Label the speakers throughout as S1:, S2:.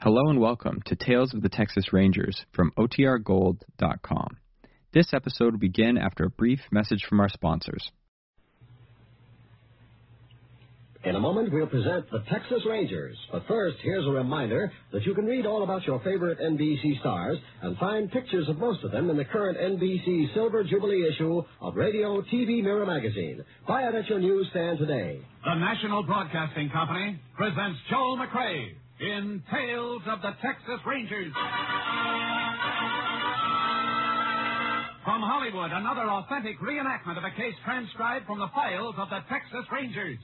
S1: Hello and welcome to Tales of the Texas Rangers from OTRGold.com. This episode will begin after a brief message from our sponsors.
S2: In a moment, we'll present the Texas Rangers. But first, here's a reminder that you can read all about your favorite NBC stars and find pictures of most of them in the current NBC Silver Jubilee issue of Radio TV Mirror Magazine. Buy it at your newsstand today.
S3: The National Broadcasting Company presents Joel McRae in Tales of the Texas Rangers. From Hollywood, another authentic reenactment of a case transcribed from the files of the Texas Rangers.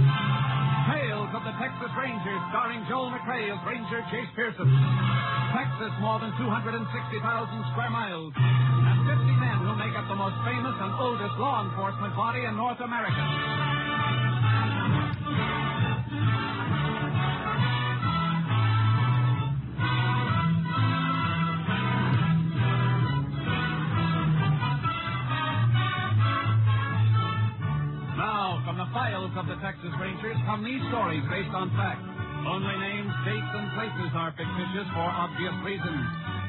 S3: Tales of the Texas Rangers, starring Joel McRae as Ranger Chase Pearson. Texas, more than 260,000 square miles, and 50 men who make up the most famous and oldest law enforcement body in North America. Now, from the files of the Texas Rangers come these stories based on fact. Only names, dates, and places are fictitious for obvious reasons.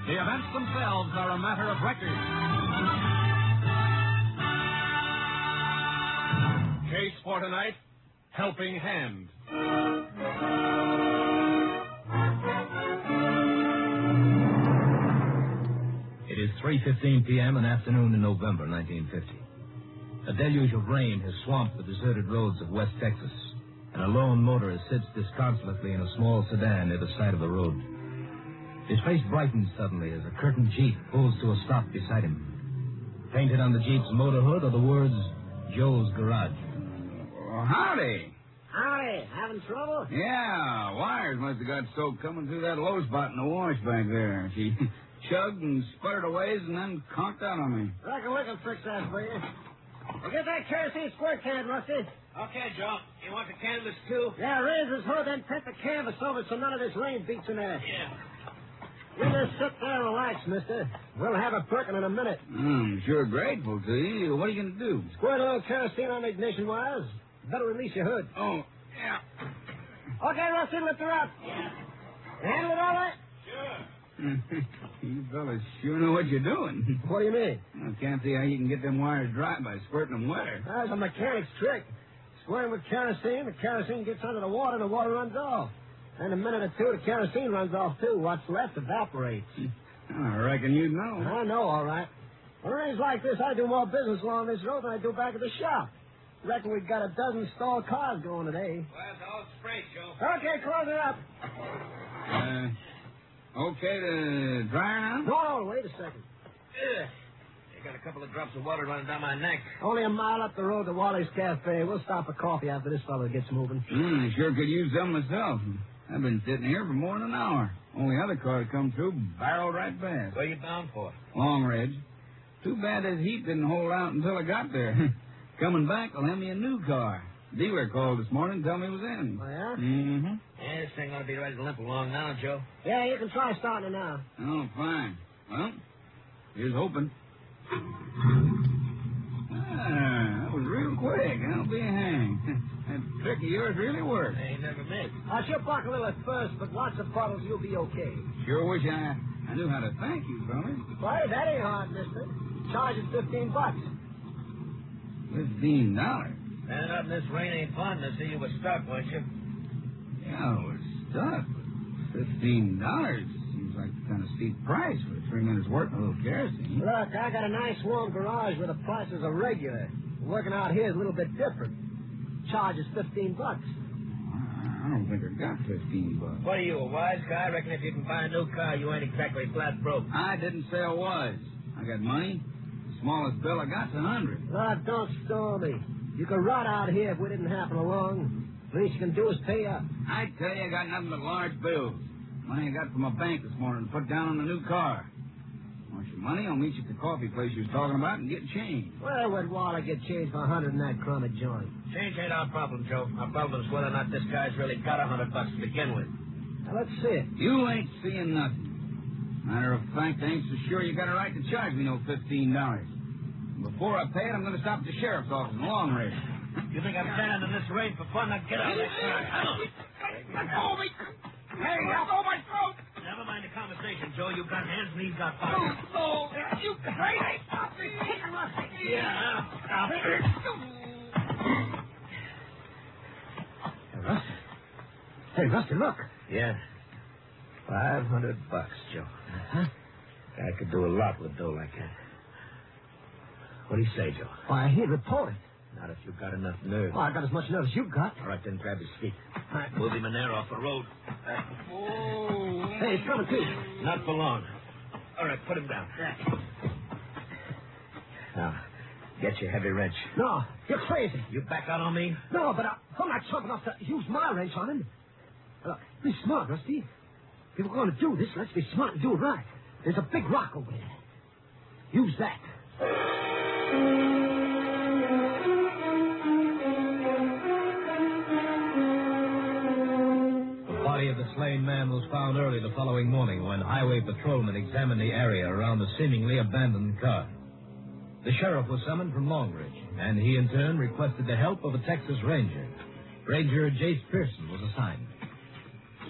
S3: The events themselves are a matter of record. Case for tonight Helping Hand.
S4: It is 3.15 p.m., an afternoon in November 1950. A deluge of rain has swamped the deserted roads of West Texas, and a lone motorist sits disconsolately in a small sedan near the side of the road. His face brightens suddenly as a curtained jeep pulls to a stop beside him. Painted on the jeep's motor hood are the words, Joe's Garage.
S5: Oh, howdy.
S2: Howdy, having trouble?
S5: Yeah, wires must have got soaked coming through that low spot in the wash back there. She chugged and sputtered a ways and then conked out on me.
S2: Reckon we can fix that for you. Well, get that kerosene squirt can, Rusty.
S3: Okay, Joe. You want the canvas, too?
S2: Yeah, raise his hood, then tip the canvas over so none of this rain beats in there.
S3: Yeah.
S2: You just sit there and relax, mister. We'll have a perkin in a minute.
S5: I'm sure grateful to you. What are you going to do?
S2: Squirt a little kerosene on the ignition wires. Better release your hood.
S5: Oh, yeah.
S2: Okay, Rusty, lift her up. Handle it all right?
S5: you fellas sure know what you're doing.
S2: What do you mean?
S5: I can't see how you can get them wires dry by squirting them wetter.
S2: That's Ah, a mechanic's trick. Squirt with kerosene, the kerosene gets under the water, and the water runs off. In a minute or two, the kerosene runs off, too. What's left evaporates.
S5: I reckon you know.
S2: Oh, I know, all right. When it rains like this, I do more business along this road than I do back at the shop. Reckon we've got a dozen stalled cars going today.
S3: Well, all straight, Joe.
S2: Okay, close it up.
S5: Uh, okay to dryer now?
S2: No, wait a second.
S3: I got a couple of drops of water running down my neck.
S2: Only a mile up the road to Wally's Cafe. We'll stop for coffee after this fellow gets moving.
S5: Mm, I sure could use some myself. I've been sitting here for more than an hour. Only other car that come through barreled right past.
S3: Where you bound for?
S5: Long Ridge. Too bad that heat didn't hold out until I got there. Coming back, I'll have me a new car. Dealer called this morning and told me it was in.
S2: Oh, yeah?
S5: Mm-hmm.
S3: Yeah, this thing ought to be ready to limp along now, Joe.
S2: Yeah, you can try starting it now.
S5: Oh, fine. Well, here's hoping. Ah, that was real quick. I'll be hanged. that trick of yours really worked.
S3: They ain't never missed.
S2: I should buck a little at first, but lots of puddles, you'll be okay.
S5: Sure wish I, I knew how to thank you, fellas.
S2: Why, that ain't hard, mister. Charge is 15 bucks.
S5: Fifteen dollars.
S3: Man, out in this rain ain't fun to see you were stuck, weren't you?
S5: Yeah, I was stuck. Fifteen dollars seems like a kind of steep price for three minutes work and a little kerosene.
S2: Look, I got a nice warm garage where the prices are regular. Working out here is a little bit different. Charge is 15 bucks.
S5: I don't think I got fifteen bucks.
S3: What are you, a wise guy? I reckon if you can buy a new car, you ain't exactly flat broke.
S5: I didn't say I was. I got money. The smallest bill I got's a hundred.
S2: Look, don't stall me. You could rot out here if we didn't happen along. Least you can do is pay up.
S5: I tell you, I got nothing but large bills. Money I got from a bank this morning to put down on the new car. Want your money? I'll meet you at the coffee place you was talking about and get change.
S2: Where would Waller get change for a hundred in that crummy joint?
S3: Change ain't our problem, Joe. Our problem is whether or not this guy's really got a hundred bucks to begin with.
S2: Now, let's see it.
S5: You ain't seeing nothing. Matter of fact, I ain't so sure you got a right to charge me no fifteen dollars.
S6: Before I pay it, I'm going to stop at the sheriff's office in the long range.
S2: You think I'm standing in this rain for fun? Now get out of this car.
S6: Let go me! Hey, let go my throat!
S2: Never mind the conversation, Joe. You've got hands, knees, got pockets.
S6: No, you crazy! Stop me!
S2: Yeah, stop it.
S7: Hey, Rusty. Hey, Rusty, look.
S2: Yeah. Five hundred bucks, Joe.
S7: Uh-huh.
S2: I could do a lot with dough like that. What do you say, Joe?
S7: Why, he reported.
S2: Not if you've got enough nerve.
S7: Well, I got as much nerve as you've got.
S2: All right, then grab his feet. Move him in there off the road.
S7: Hey, it's coming too.
S2: Not for long. All right, put him down. Now, get your heavy wrench.
S7: No, you're crazy.
S2: You back out on me?
S7: No, but I, I'm not sharp enough to use my wrench on him. Look, be smart, Rusty. If we're going to do this, let's be smart and do it right. There's a big rock over there. Use that.
S2: The body of the slain man was found early the following morning when highway patrolmen examined the area around the seemingly abandoned car. The sheriff was summoned from Longridge, and he in turn requested the help of a Texas Ranger. Ranger Jace Pearson was assigned.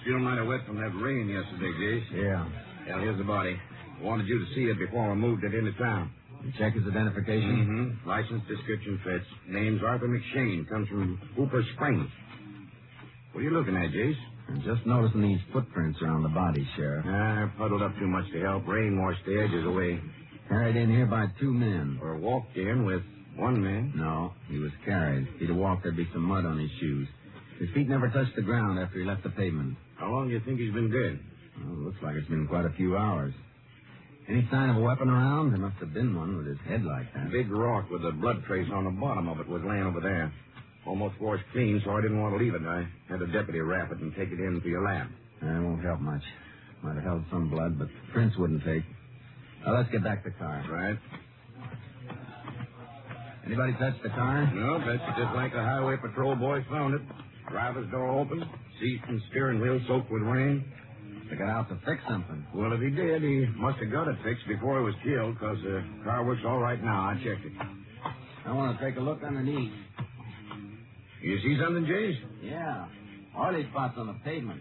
S6: Still might have wet from that rain yesterday, Jace.
S2: Yeah.
S6: Now, here's the body. Wanted you to see it before I moved it into town.
S2: Check his identification.
S6: Mm-hmm. License description fits. Name's Arthur McShane. Comes from Hooper Springs. What are you looking at, Jace?
S2: I'm just noticing these footprints around the body, Sheriff.
S6: Ah, puddled up too much to help. Rain washed the edges away.
S2: Carried in here by two men.
S6: Or walked in with one man.
S2: No, he was carried. If he'd have walked, there'd be some mud on his shoes. His feet never touched the ground after he left the pavement.
S6: How long do you think he's been dead?
S2: Well, looks like it's been quite a few hours. Any sign of a weapon around? There must have been one with his head like
S6: A
S2: that.
S6: big rock with a blood trace on the bottom of it was laying over there. Almost washed clean, so I didn't want to leave it. I had a deputy wrap it and take it in for your lab.
S2: That won't help much. Might have held some blood, but the prints wouldn't take. Now let's get back to the car.
S6: Right?
S2: Anybody touch the car?
S6: No, that's just like the highway patrol boys found it. Driver's door open, seat and steering wheel soaked with rain.
S2: They got out to fix something.
S6: Well, if he did, he must have got it fixed before he was killed, because the car works all right now. I checked it.
S2: I want to take a look underneath.
S6: You see something, Jace?
S2: Yeah. Oily spots on the pavement.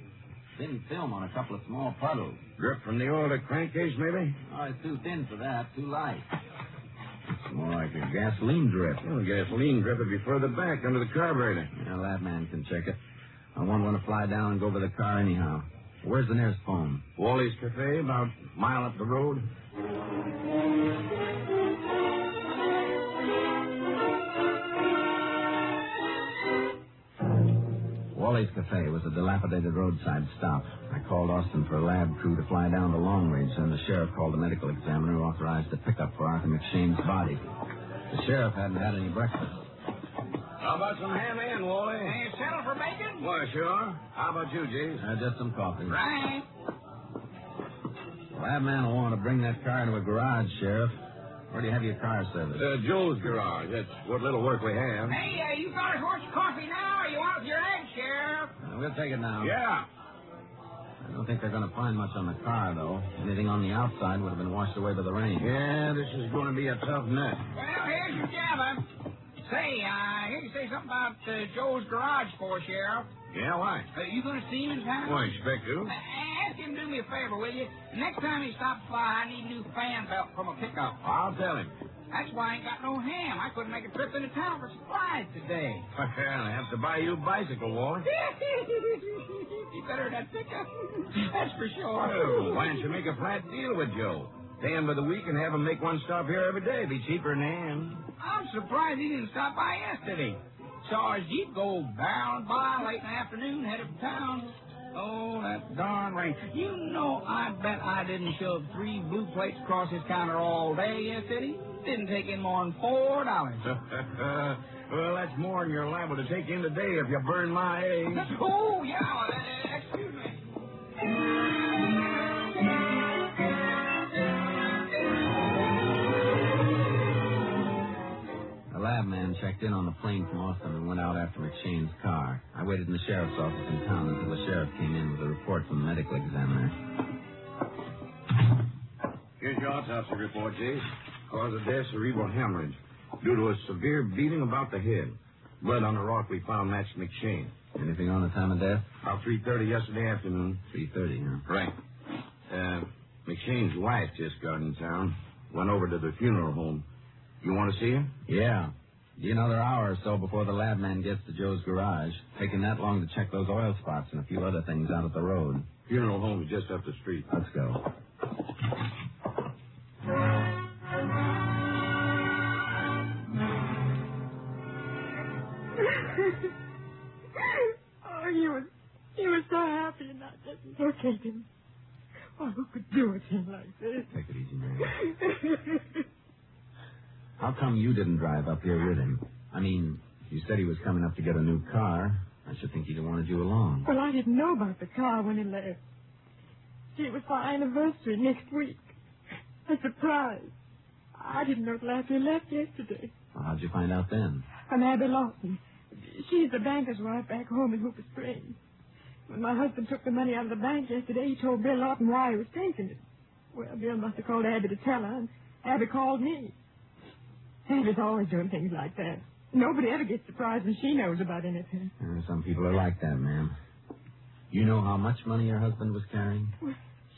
S2: Thin film on a couple of small puddles.
S6: Drip from the old crankcase, maybe?
S2: Oh, it's too thin for that. Too light. It's more like a gasoline drip.
S6: Well, gasoline drip would be further back under the carburetor.
S2: Well, that man can check it. I won't want to fly down and go over the car anyhow. Where's the nearest phone?
S6: Wally's Cafe, about a mile up the road.
S2: Wally's Cafe was a dilapidated roadside stop. I called Austin for a lab crew to fly down to Long Ridge, and the sheriff called the medical examiner who authorized a pickup for Arthur McShane's body. The sheriff hadn't had any breakfast.
S6: How about some ham and, Wally?
S3: Hey, settle for bacon?
S6: Why, sure. How about you, Jace?
S2: Uh, just some coffee.
S3: Right.
S2: Well, that man will want to bring that car into a garage, Sheriff. Where do you have your car serviced?
S6: Uh, Joe's garage. That's what little work we have.
S3: Hey, uh, you got a horse coffee now, or you out with your egg, Sheriff?
S2: Uh, we'll take it now.
S6: Yeah.
S2: I don't think they're going to find much on the car, though. Anything on the outside would have been washed away by the rain.
S6: Yeah, this is going to be a tough nut.
S3: Well, here's your java. Say, uh, I hear you say something about uh, Joe's garage for us, Sheriff.
S6: Yeah, why?
S3: Uh, you going to see him in town?
S6: Why, expect to.
S3: Uh, ask him to do me a favor, will you? Next time he stops by, I need a new fan belt from a pickup.
S6: I'll tell him.
S3: That's why I ain't got no ham. I couldn't make a trip into town for supplies today.
S6: Well, I have to buy you a bicycle, Wally.
S3: you better than that pickup. That's for
S6: Well,
S3: sure.
S6: Oh, why don't you make a flat deal with Joe? Pay him by the week and have him make one stop here every day. Be cheaper than ham.
S3: I'm surprised he didn't stop by yesterday. Saw his Jeep go barreling by late in the afternoon, headed for town. Oh, that darn rain. You know, I bet I didn't shove three blue plates across his counter all day yesterday. Didn't take in more than four dollars.
S6: well, that's more than you're liable to take in today if you burn my eggs.
S3: Oh, yeah, uh, excuse me.
S2: The lab man checked in on the plane from Austin and went out after McShane's car. I waited in the sheriff's office in town until the sheriff came in with a report from the medical examiner.
S6: Here's your autopsy report, Jase. Cause of death, cerebral hemorrhage.
S5: due to a severe beating about the head. Blood on the rock we found matched McShane.
S2: Anything on the time of death?
S5: About 3.30 yesterday afternoon.
S2: 3.30, huh?
S5: Right. Uh, McShane's wife just got in town. Went over to the funeral home. You want to see her?
S2: Yeah. Be another hour or so before the lab man gets to Joe's garage. Taking that long to check those oil spots and a few other things out at the road.
S5: Funeral home is just up the street.
S2: Let's go.
S8: oh, he was he was so happy and I just located him. Oh, who could do a thing like this?
S2: Take it easy, Mary. How come you didn't drive up here with him? I mean, you said he was coming up to get a new car. I should think he'd have wanted you along.
S8: well, I didn't know about the car when he left. See, it was our anniversary next week. A surprise. I didn't know till after he left yesterday.
S2: Well, how'd you find out then?
S8: From Abby Lawson. She's the banker's wife back home in Hooper Springs. When my husband took the money out of the bank yesterday, he told Bill Lawton why he was taking it. Well, Bill must have called Abby to tell her, and Abby called me. Abby's always doing things like that. Nobody ever gets surprised when she knows about anything.
S2: Uh, some people are like that, ma'am. You know how much money your husband was carrying?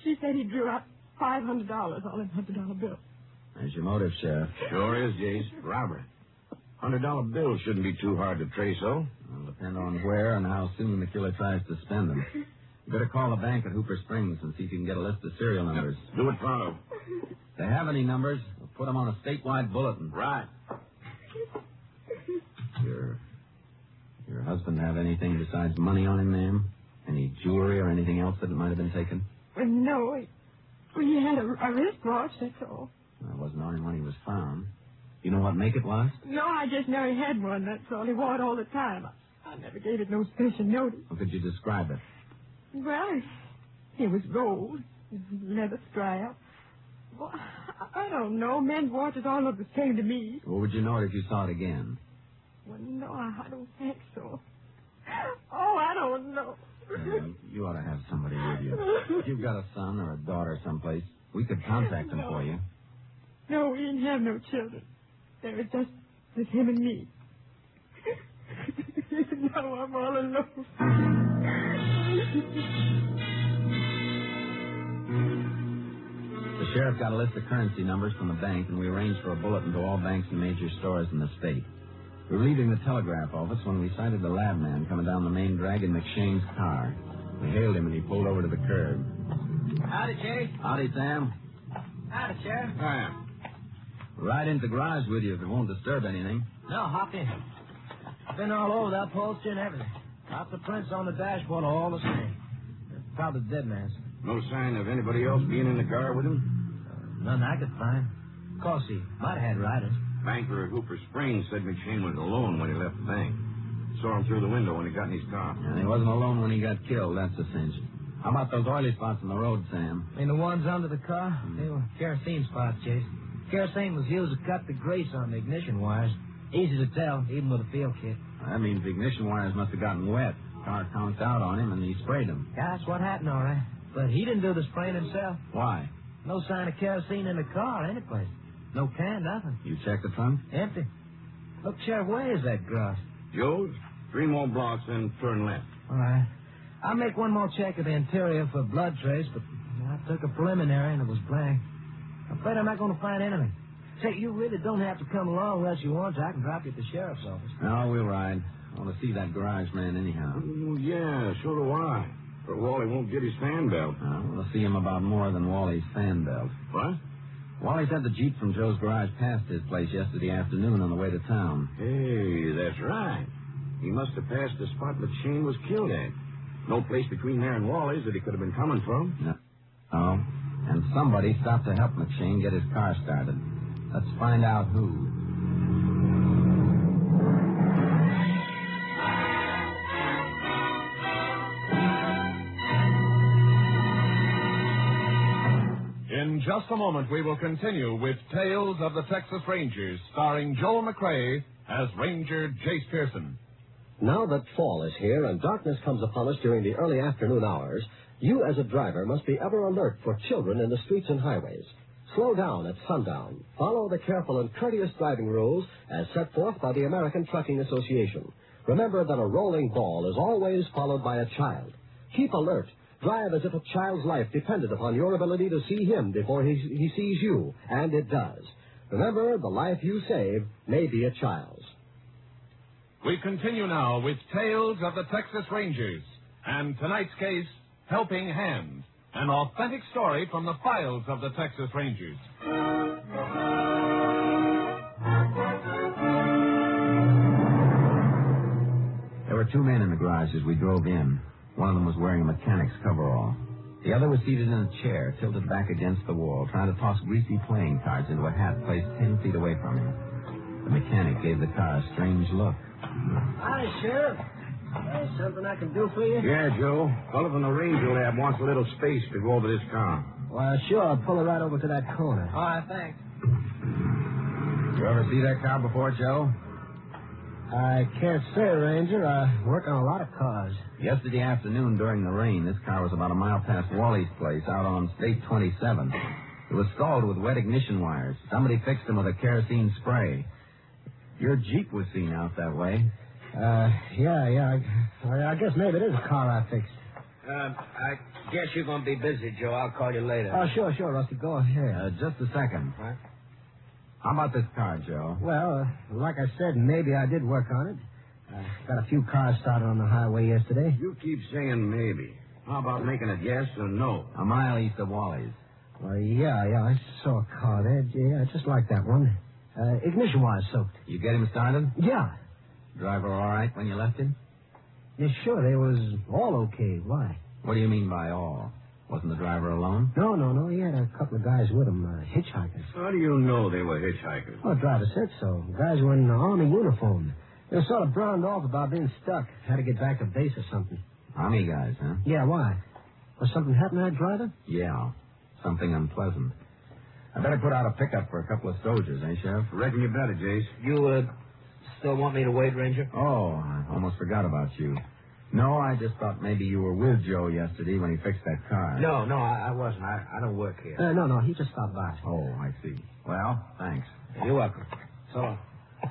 S8: She said he drew out $500 on a $100 bill.
S2: There's your motive, Sheriff.
S5: Sure is, Jace. Robbery. $100 bill shouldn't be too hard to trace, though.
S2: It'll depend on where and how soon the killer tries to spend them. You better call the bank at Hooper Springs and see if you can get a list of serial numbers.
S5: Do it pronto.
S2: If they have any numbers, we'll put them on a statewide bulletin.
S5: Right.
S2: Your your husband have anything besides money on him, ma'am? Any jewelry or anything else that might have been taken?
S8: Well, no, he, well, he had a, a wristwatch, that's all.
S2: Well, it wasn't on him when he was found. You know what make it was?
S8: No, I just know he had one, that's all. He wore it all the time. I never gave it no special notice.
S2: How could you describe it?
S8: Well, it was gold, leather strap. Well, I- I don't know. Men's watches all look the same to me.
S2: Or would you know it if you saw it again?
S8: Well, no, I I don't think so. Oh, I don't know.
S2: Well, Uh, you ought to have somebody with you. If you've got a son or a daughter someplace, we could contact them for you.
S8: No, we didn't have no children. There was just just him and me. now I'm all alone.
S2: The sheriff got a list of currency numbers from the bank, and we arranged for a bulletin to all banks and major stores in the state. We were leaving the telegraph office when we sighted the lab man coming down the main drag in McShane's car. We hailed him, and he pulled over to the curb. Howdy, Jay. Howdy, Sam.
S3: Howdy, Sheriff.
S5: Hiya.
S2: Right into the garage with you if it won't disturb anything.
S3: No, hop in. Been all over that upholstery and everything. Got the prints on the dashboard all the same. Probably dead man's.
S5: No sign of anybody else being in the car with him?
S3: None I could find. Of course, he might have had riders.
S5: Banker at Hooper Springs said McShane was alone when he left the bank. Saw him through the window when he got in his car.
S2: And he wasn't alone when he got killed, that's a cinch. How about those oily spots on the road, Sam?
S3: I mean, the ones under the car,
S6: Hmm.
S3: they were kerosene spots, Jason. Kerosene was used to cut the grease on the ignition wires. Easy to tell, even with a field kit.
S2: That means the ignition wires must have gotten wet. Car conked out on him, and he sprayed them.
S3: Yeah, that's what happened, all right. But he didn't do the spraying himself.
S2: Why?
S3: No sign of kerosene in the car, anyplace. No can, nothing.
S2: You checked the trunk?
S3: Empty. Look, Sheriff, where is that grass?
S5: Joe's? Three more blocks and turn left.
S3: All right. I'll make one more check of the interior for a blood trace, but I took a preliminary and it was blank. I'm afraid I'm not going to find anything. Say, you really don't have to come along unless you want to. I can drop you at the sheriff's office.
S2: No, we'll ride. I want to see that garage man anyhow.
S5: Oh, yeah, so do I. But Wally won't get his fan belt.
S2: Uh, we'll see him about more than Wally's fan belt.
S5: What?
S2: Wally said the Jeep from Joe's garage passed his place yesterday afternoon on the way to town.
S5: Hey, that's right. He must have passed the spot McShane was killed at. No place between there and Wally's that he could have been coming from.
S2: Oh, and somebody stopped to help McShane get his car started. Let's find out who.
S9: In just a moment, we will continue with Tales of the Texas Rangers, starring Joel McRae as Ranger Jace Pearson.
S10: Now that fall is here and darkness comes upon us during the early afternoon hours, you as a driver must be ever alert for children in the streets and highways.
S11: slow down at sundown. Follow the careful and courteous driving rules as set forth by the American Trucking Association. Remember that a rolling ball is always followed by a child. Keep alert. Drive as if a child's life depended upon your ability to see him before he, he sees you, and it does. Remember, the life you save may be a child's.
S12: We continue now with Tales of the Texas Rangers and tonight's case, Helping Hand, an authentic story from the files of the Texas Rangers.
S2: There were two men in the garage as we drove in. One of them was wearing a mechanic's coverall. The other was seated in a chair, tilted back against the wall, trying to toss greasy playing cards into a hat placed ten feet away from him. The mechanic gave the car a strange look.
S13: Hi, Sheriff. There's something I can do for you?
S5: Yeah, Joe. Fellow from the Ranger Lab wants a little space to go over this car.
S13: Well, sure. I'll pull it right over to that corner.
S2: All right, thanks. You ever see that car before, Joe?
S13: I can't say, Ranger. I work on a lot of cars.
S2: Yesterday afternoon during the rain, this car was about a mile past Wally's place out on State 27. It was stalled with wet ignition wires. Somebody fixed them with a kerosene spray. Your Jeep was seen out that way.
S13: Uh, yeah, yeah. I, I- I guess maybe it is a car I fixed.
S5: Uh, I guess you're going to be busy, Joe. I'll call you later.
S13: Oh, sure, sure, Rusty. Go ahead.
S2: Uh, just a second.
S5: Huh?
S2: How about this car, Joe?
S13: Well, uh, like I said, maybe I did work on it. I got a few cars started on the highway yesterday.
S5: You keep saying maybe. How about making it yes or no?
S2: A mile east of Wally's.
S13: Well, yeah, yeah. I saw a car there. Yeah, just like that one. Uh, ignition wires soaked.
S2: You get him started?
S13: Yeah.
S2: Driver all right when you left him?
S13: Yeah, sure. They was all okay. Why?
S2: What do you mean by all? Wasn't the driver alone?
S13: No, no, no. He had a couple of guys with him, uh, hitchhikers.
S5: How do you know they were hitchhikers?
S13: Well, the driver said so. The guys were in an army uniform. They were sort of browned off about being stuck. Had to get back to base or something.
S2: Army guys, huh?
S13: Yeah, why? Was something happened to that driver?
S2: Yeah. Something unpleasant. I better put out a pickup for a couple of soldiers, eh, Sheriff?
S5: Reckon you better, Jace.
S4: You, uh, still want me to wait, Ranger?
S2: Oh, I almost forgot about you. No, Oh, I just thought maybe you were with Joe yesterday when he fixed that car.
S4: No, no, I, I wasn't. I, I don't work here.
S13: Uh, no, no, he just stopped by.
S2: Oh, I see. Well, thanks.
S4: You're welcome. So long.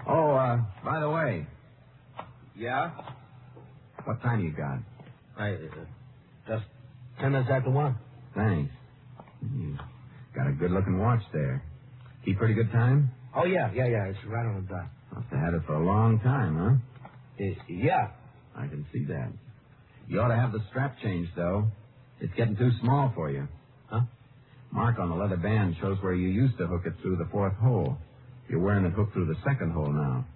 S2: Oh, uh, by the way,
S4: Yeah?
S2: what time you got?
S4: I, uh, just ten minutes after one.
S2: Thanks. You got a good-looking watch there. Keep pretty good time?
S4: Oh, yeah, yeah, yeah. It's right on the dot.
S2: Must have had it for a long time, huh?
S4: Uh, yeah.
S2: I can see that. You ought to have the strap changed, though. It's getting too small for you.
S4: Huh?
S2: Mark on the leather band shows where you used to hook it through the fourth hole. You're wearing it hooked through the second hole now.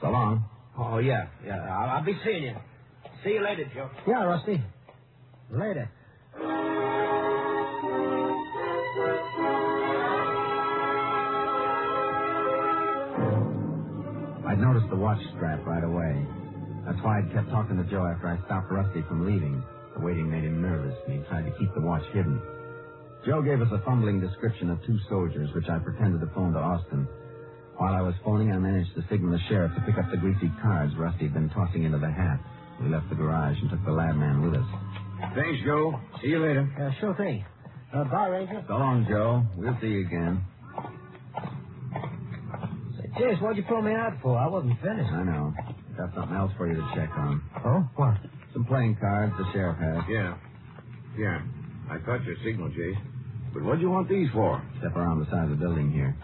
S2: So long.
S4: Oh, yeah, yeah. I'll, I'll be seeing you. See you later, Joe.
S13: Yeah, Rusty. Later.
S2: I'd noticed the watch strap right away. That's why I'd kept talking to Joe after I stopped Rusty from leaving. The waiting made him nervous, and he tried to keep the watch hidden. Joe gave us a fumbling description of two soldiers, which I pretended to phone to Austin. While I was phoning, I managed to signal the sheriff to pick up the greasy cards Rusty had been tossing into the hat. We left the garage and took the lab man with us.
S5: Thanks, Joe. See you later.
S13: Uh, sure thing. Uh, bye, Ranger.
S2: So long, Joe. We'll see you again.
S13: Say, Chase, what'd you pull me out for? I wasn't finished.
S2: I know. Got something else for you to check on.
S13: Oh? What?
S2: Some playing cards the sheriff has.
S5: Yeah. Yeah. I caught your signal, Jace. But what'd you want these for?
S2: Step around the side of the building here.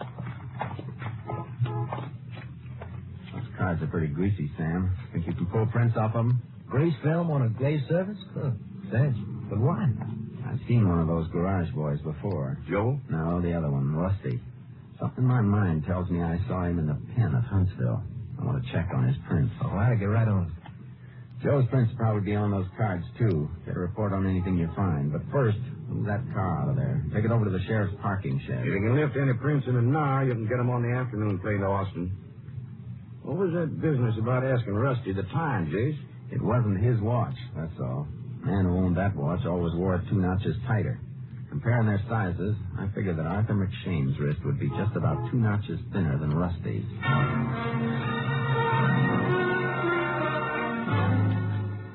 S2: Those cards are pretty greasy, Sam. Think you can pull prints off of them?
S13: Grease film on a glaze surface? Huh. Thanks. But why?
S2: I've seen one of those garage boys before.
S5: Joe?
S2: No, the other one, Rusty. Something in my mind tells me I saw him in the pen at Huntsville. I want to check on his prints.
S13: Oh, I get right on it.
S2: Joe's prints will probably be on those cards, too. Get a report on anything you find. But first, move that car out of there. Take it over to the sheriff's parking shed.
S5: If you can lift any prints in an hour, you can get 'em on the afternoon plane to Austin. What was that business about asking Rusty the time, Jace?
S2: It wasn't his watch, that's all. Man who owned that watch always wore it two notches tighter. Comparing their sizes, I figured that Arthur McShane's wrist would be just about two notches thinner than Rusty's.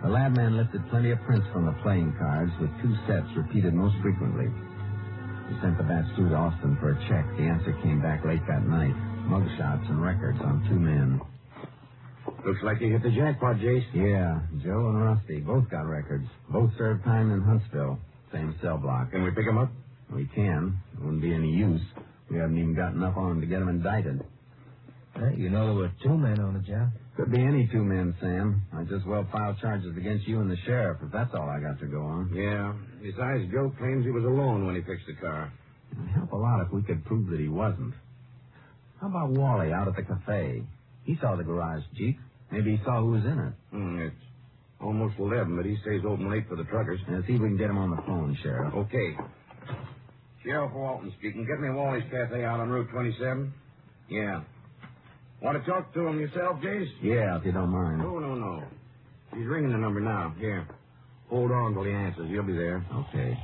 S2: The lab man lifted plenty of prints from the playing cards, with two sets repeated most frequently. He sent the bats through to Austin for a check. The answer came back late that night. Mug shots and records on two men.
S5: Looks like you hit the jackpot, Jace.
S2: Yeah, Joe and Rusty both got records. Both served time in Huntsville. Same cell block.
S5: Can we pick him up?
S2: We can. It wouldn't be any use. We haven't even got enough on him to get him indicted.
S13: Well, you know there were two men on the job.
S2: Could be any two men, Sam. I'd just well file charges against you and the sheriff if that's all I got to go on.
S5: Yeah. Besides, Joe claims he was alone when he fixed the car.
S2: It'd help a lot if we could prove that he wasn't. How about Wally out at the cafe? He saw the garage jeep. Maybe he saw who was in it.
S5: Hmm, it's almost 11, but he stays open late for the truckers.
S2: And see if we can get him on the phone, Sheriff.
S5: Okay. Sheriff Walton speaking. Get me Wally's Cafe out on Route 27. Yeah. Want to talk to him yourself, Jace?
S2: Yeah, if you don't mind.
S5: No, no, no. He's ringing the number now. Here. Hold on till he answers. He'll be there.
S2: Okay.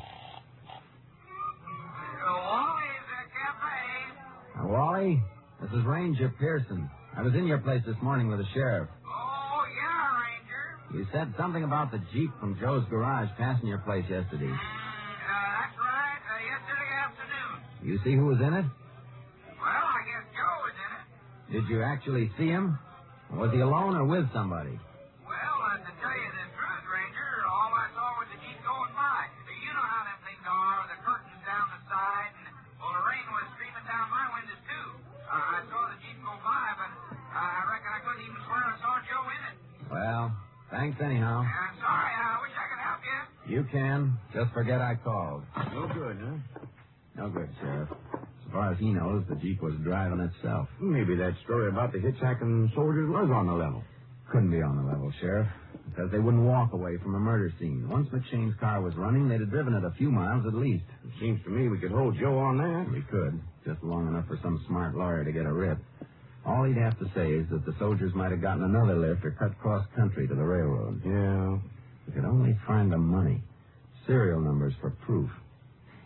S6: Wally's
S2: Now, Wally, this is Ranger Pearson. I was in your place this morning with the sheriff.
S6: Oh, yeah, Ranger.
S2: You said something about the jeep from Joe's garage passing your place yesterday.
S6: Uh, that's right. Uh, yesterday afternoon.
S2: You see who was in it?
S6: Well, I guess Joe was in it.
S2: Did you actually see him? Was he alone or with somebody?
S6: Well, uh, to tell you the truth, Ranger, all I saw was the jeep going by. You know how them things are, the curtains down the side, and, well, the rain was streaming down my windows, too. Uh, I saw the jeep go by, but uh, I reckon I couldn't even swear I saw Joe in it.
S2: Well, thanks anyhow.
S6: I'm sorry. I wish I could help you.
S2: You can. Just forget I called.
S5: No good, huh?
S2: No good, Sheriff. As far as he knows, the Jeep was driving itself.
S5: Maybe that story about the hitchhiking soldiers was on the level.
S2: Couldn't be on the level, Sheriff. Because they wouldn't walk away from a murder scene. Once McShane's car was running, they'd have driven it a few miles at least.
S5: It seems to me we could hold Joe on that.
S2: We could. Just long enough for some smart lawyer to get a rip. All he'd have to say is that the soldiers might have gotten another lift or cut cross country to the railroad.
S5: Yeah.
S2: We could only find the money. Serial numbers for proof.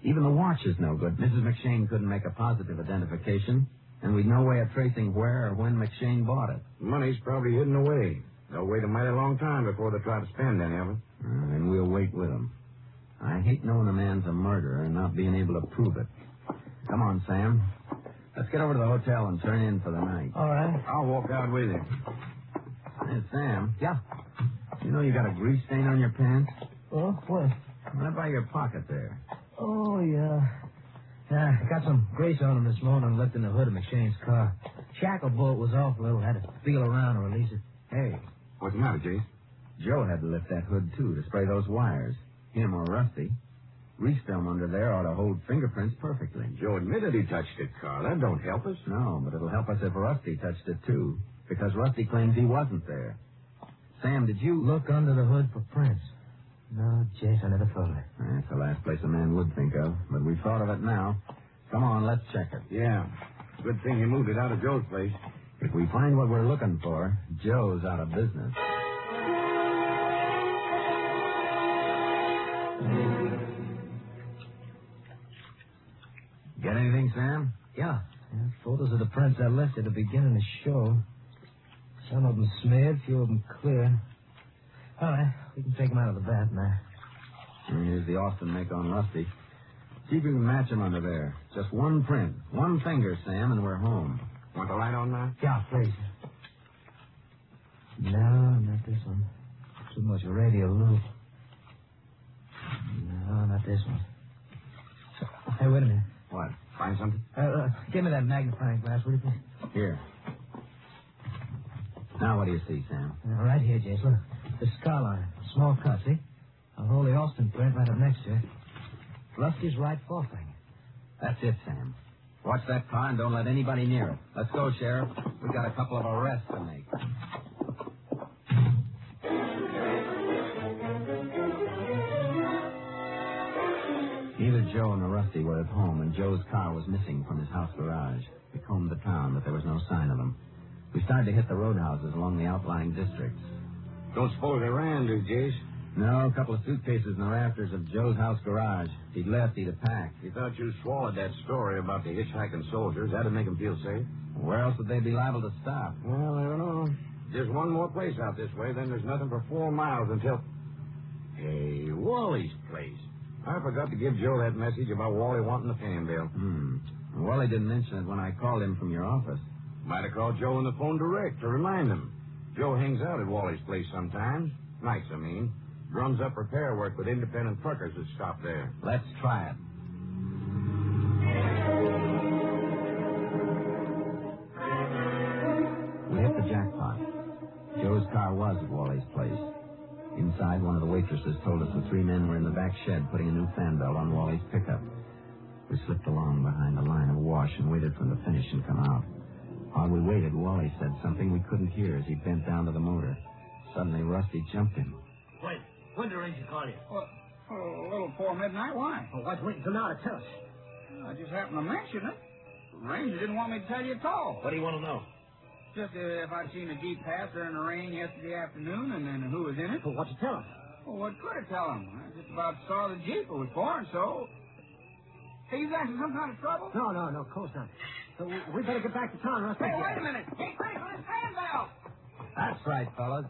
S2: Even the watch is no good. Mrs. McShane couldn't make a positive identification, and we'd no way of tracing where or when McShane bought it.
S5: Money's probably hidden away. They'll wait a mighty long time before they try to spend any of it.
S2: Uh, and we'll wait with him. I hate knowing a man's a murderer and not being able to prove it. Come on, Sam. Let's get over to the hotel and turn in for the night.
S13: All right.
S5: I'll walk out with him.
S2: Hey, Sam. Yeah? You know you got a grease stain on your pants?
S13: Oh, what?
S2: Right by your pocket there.
S13: Oh, yeah. Yeah, got some grease on him this morning, left in the hood of McShane's car. Shacklebolt was off a little, had to feel around to release it.
S2: Hey,
S5: What's the matter, Jase?
S2: Joe had to lift that hood, too, to spray those wires. Him or Rusty. Grease film under there ought to hold fingerprints perfectly.
S5: Joe admitted he touched the car. That don't help us.
S2: No, but it'll help us if Rusty touched it, too. Because Rusty claims he wasn't there. Sam, did you...
S13: Look under the hood for prints. No, Jace, I never thought of it.
S2: That's Eh, the last place a man would think of, but we've thought of it now. Come on, let's check it.
S5: Yeah. Good thing he moved it out of Joe's place.
S2: If we find what we're looking for, Joe's out of business. Get anything, Sam?
S13: Yeah. yeah. Photos of the prints I left at the beginning of the show. Some of them smeared, few of them clear. All right, we can take them out of the bath now.
S2: And Here's the Austin make on Rusty. See if you can match him under there. Just one print, one finger, Sam, and we're home.
S5: Want the light on now?
S13: Yeah, please. No, not this one. Too much radio loop. No, not this one. Hey, wait a minute.
S2: What?
S5: Find something?
S13: Uh, uh, give me that magnifying glass, will you please?
S2: Here. Now what do you see, Sam?
S13: Uh, right here, Jace. Look, the skyline. Small cut, see? A holy Austin print right up next to it. Rusty's right forefinger.
S2: That's it, Sam. Watch that car and don't let anybody near it. Let's go, Sheriff. We got a couple of arrests to make. Neither Joe nor Rusty were at home, and Joe's car was missing from his house garage. We combed the town, but there was no sign of them. We started to hit the roadhouses along the outlying districts.
S5: Don't suppose they ran, do you, Jase?
S2: No, a couple of suitcases in the rafters of Joe's house garage. If he'd left, he'd have packed.
S5: You thought you swallowed that story about the hitchhiking soldiers. That'd make him feel safe.
S2: Where else would they be liable to stop?
S5: Well, I don't know. There's one more place out this way, then there's nothing for four miles until. Hey, Wally's place.
S14: I forgot to give Joe that message about Wally wanting the fan bill.
S2: Hmm. Wally didn't mention it when I called him from your office.
S14: Might have called Joe on the phone direct to remind him. Joe hangs out at Wally's place sometimes. Nights, I mean. Drums up repair work with independent truckers that stop there.
S2: Let's try it. We hit the jackpot. Joe's car was at Wally's place. Inside, one of the waitresses told us the three men were in the back shed putting a new fan belt on Wally's pickup. We slipped along behind a line of wash and waited for them to finish and come out. While we waited, Wally said something we couldn't hear as he bent down to the motor. Suddenly, Rusty jumped him.
S15: Wait. When did Ranger call you?
S5: Well, oh, a little before midnight. Why?
S15: Well, why'd you wait until now to tell us?
S5: I just happened to mention it. Ranger didn't want me to tell you at all.
S15: What do you want to know?
S5: Just uh, if I'd seen a jeep pass there in the rain yesterday afternoon and then who was in it.
S15: Well, what'd you tell us?
S5: Well, what could I tell him? I just about saw the jeep. It was foreign, so. Hey, you guys in some kind of trouble?
S15: No, no, no, of course not. So we, we better get back to town, Rusty.
S5: Hey, wait a minute. Hey, wait for this fan belt.
S2: That's right, fellas.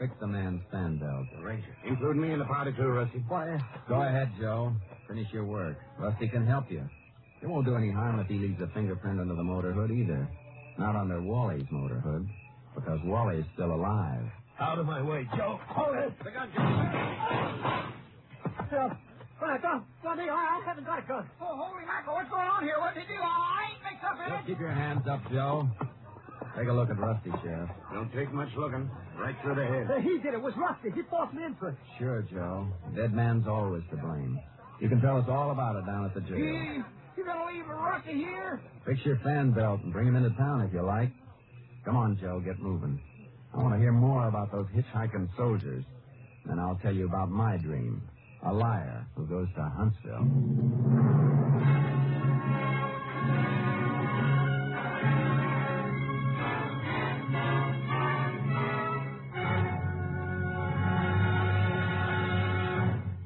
S2: Fix the man's fan belt.
S14: The Ranger. Include me in the party, too, Rusty.
S2: Why? Go ahead, Joe. Finish your work. Rusty can help you. It won't do any harm if he leaves a fingerprint under the motor hood either. Not under Wally's motor hood, because Wally's still alive.
S16: Out of my way, Joe.
S14: Oh,
S15: Hold it. The gun, Joe. Joe. Right, go, go, Neil. I haven't got a gun.
S5: Oh, holy mackerel. What's going on here? What did you do? Oh, I ain't mixed up in
S2: Just
S5: it.
S2: keep your hands up, Joe. Take a look at Rusty, Sheriff.
S14: Don't take much looking. Right through the head.
S15: Uh, he did it. It was Rusty. He forced me into it.
S2: Sure, Joe. Dead man's always to blame. You can tell us all about it down at the jail.
S5: Gee, you gonna leave Rusty here?
S2: Fix your fan belt and bring him into town if you like. Come on, Joe, get moving. I want to hear more about those hitchhiking soldiers. Then I'll tell you about my dream. A liar who goes to Huntsville.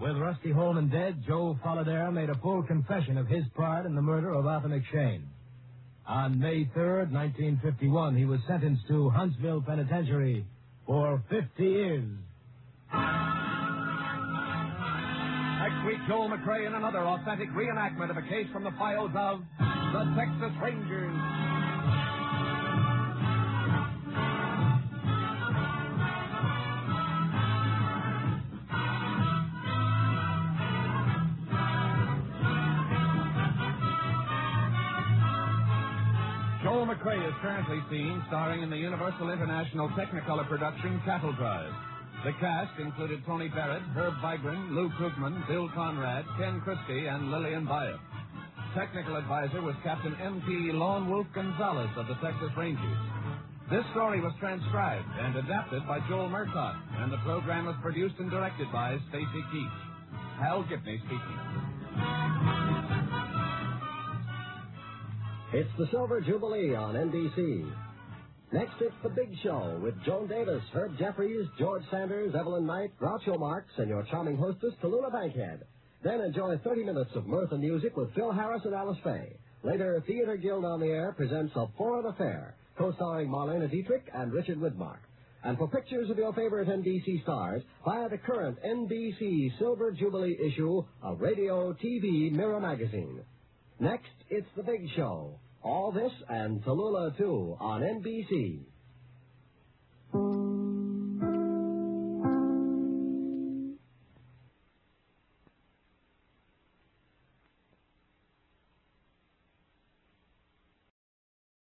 S16: With Rusty Holman dead, Joe Follidaire made a full confession of his part in the murder of Arthur McShane. On May 3rd, 1951, he was sentenced to Huntsville Penitentiary for 50 years.
S17: Next week, Joel McRae in another authentic reenactment of a case from the files of the Texas Rangers.
S3: Joel McRae is currently seen starring in the Universal International Technicolor production Cattle Drive. The cast included Tony Barrett, Herb Vigran, Lou Krugman, Bill Conrad, Ken Christie, and Lillian Byers. Technical advisor was Captain M.T. Lone Wolf Gonzalez of the Texas Rangers. This story was transcribed and adapted by Joel Murcott, and the program was produced and directed by Stacy Keach. Hal Gibney speaking.
S18: It's the Silver Jubilee on NBC. Next, it's The Big Show with Joan Davis, Herb Jeffries, George Sanders, Evelyn Knight, Groucho Marx, and your charming hostess, Tallulah Bankhead. Then enjoy 30 minutes of mirth and music with Phil Harris and Alice Faye. Later, Theater Guild on the Air presents A Foreign Affair, co-starring Marlena Dietrich and Richard Widmark. And for pictures of your favorite NBC stars, via the current NBC Silver Jubilee issue of Radio TV Mirror Magazine. Next, it's The Big Show. All this and Tallulah, too, on NBC.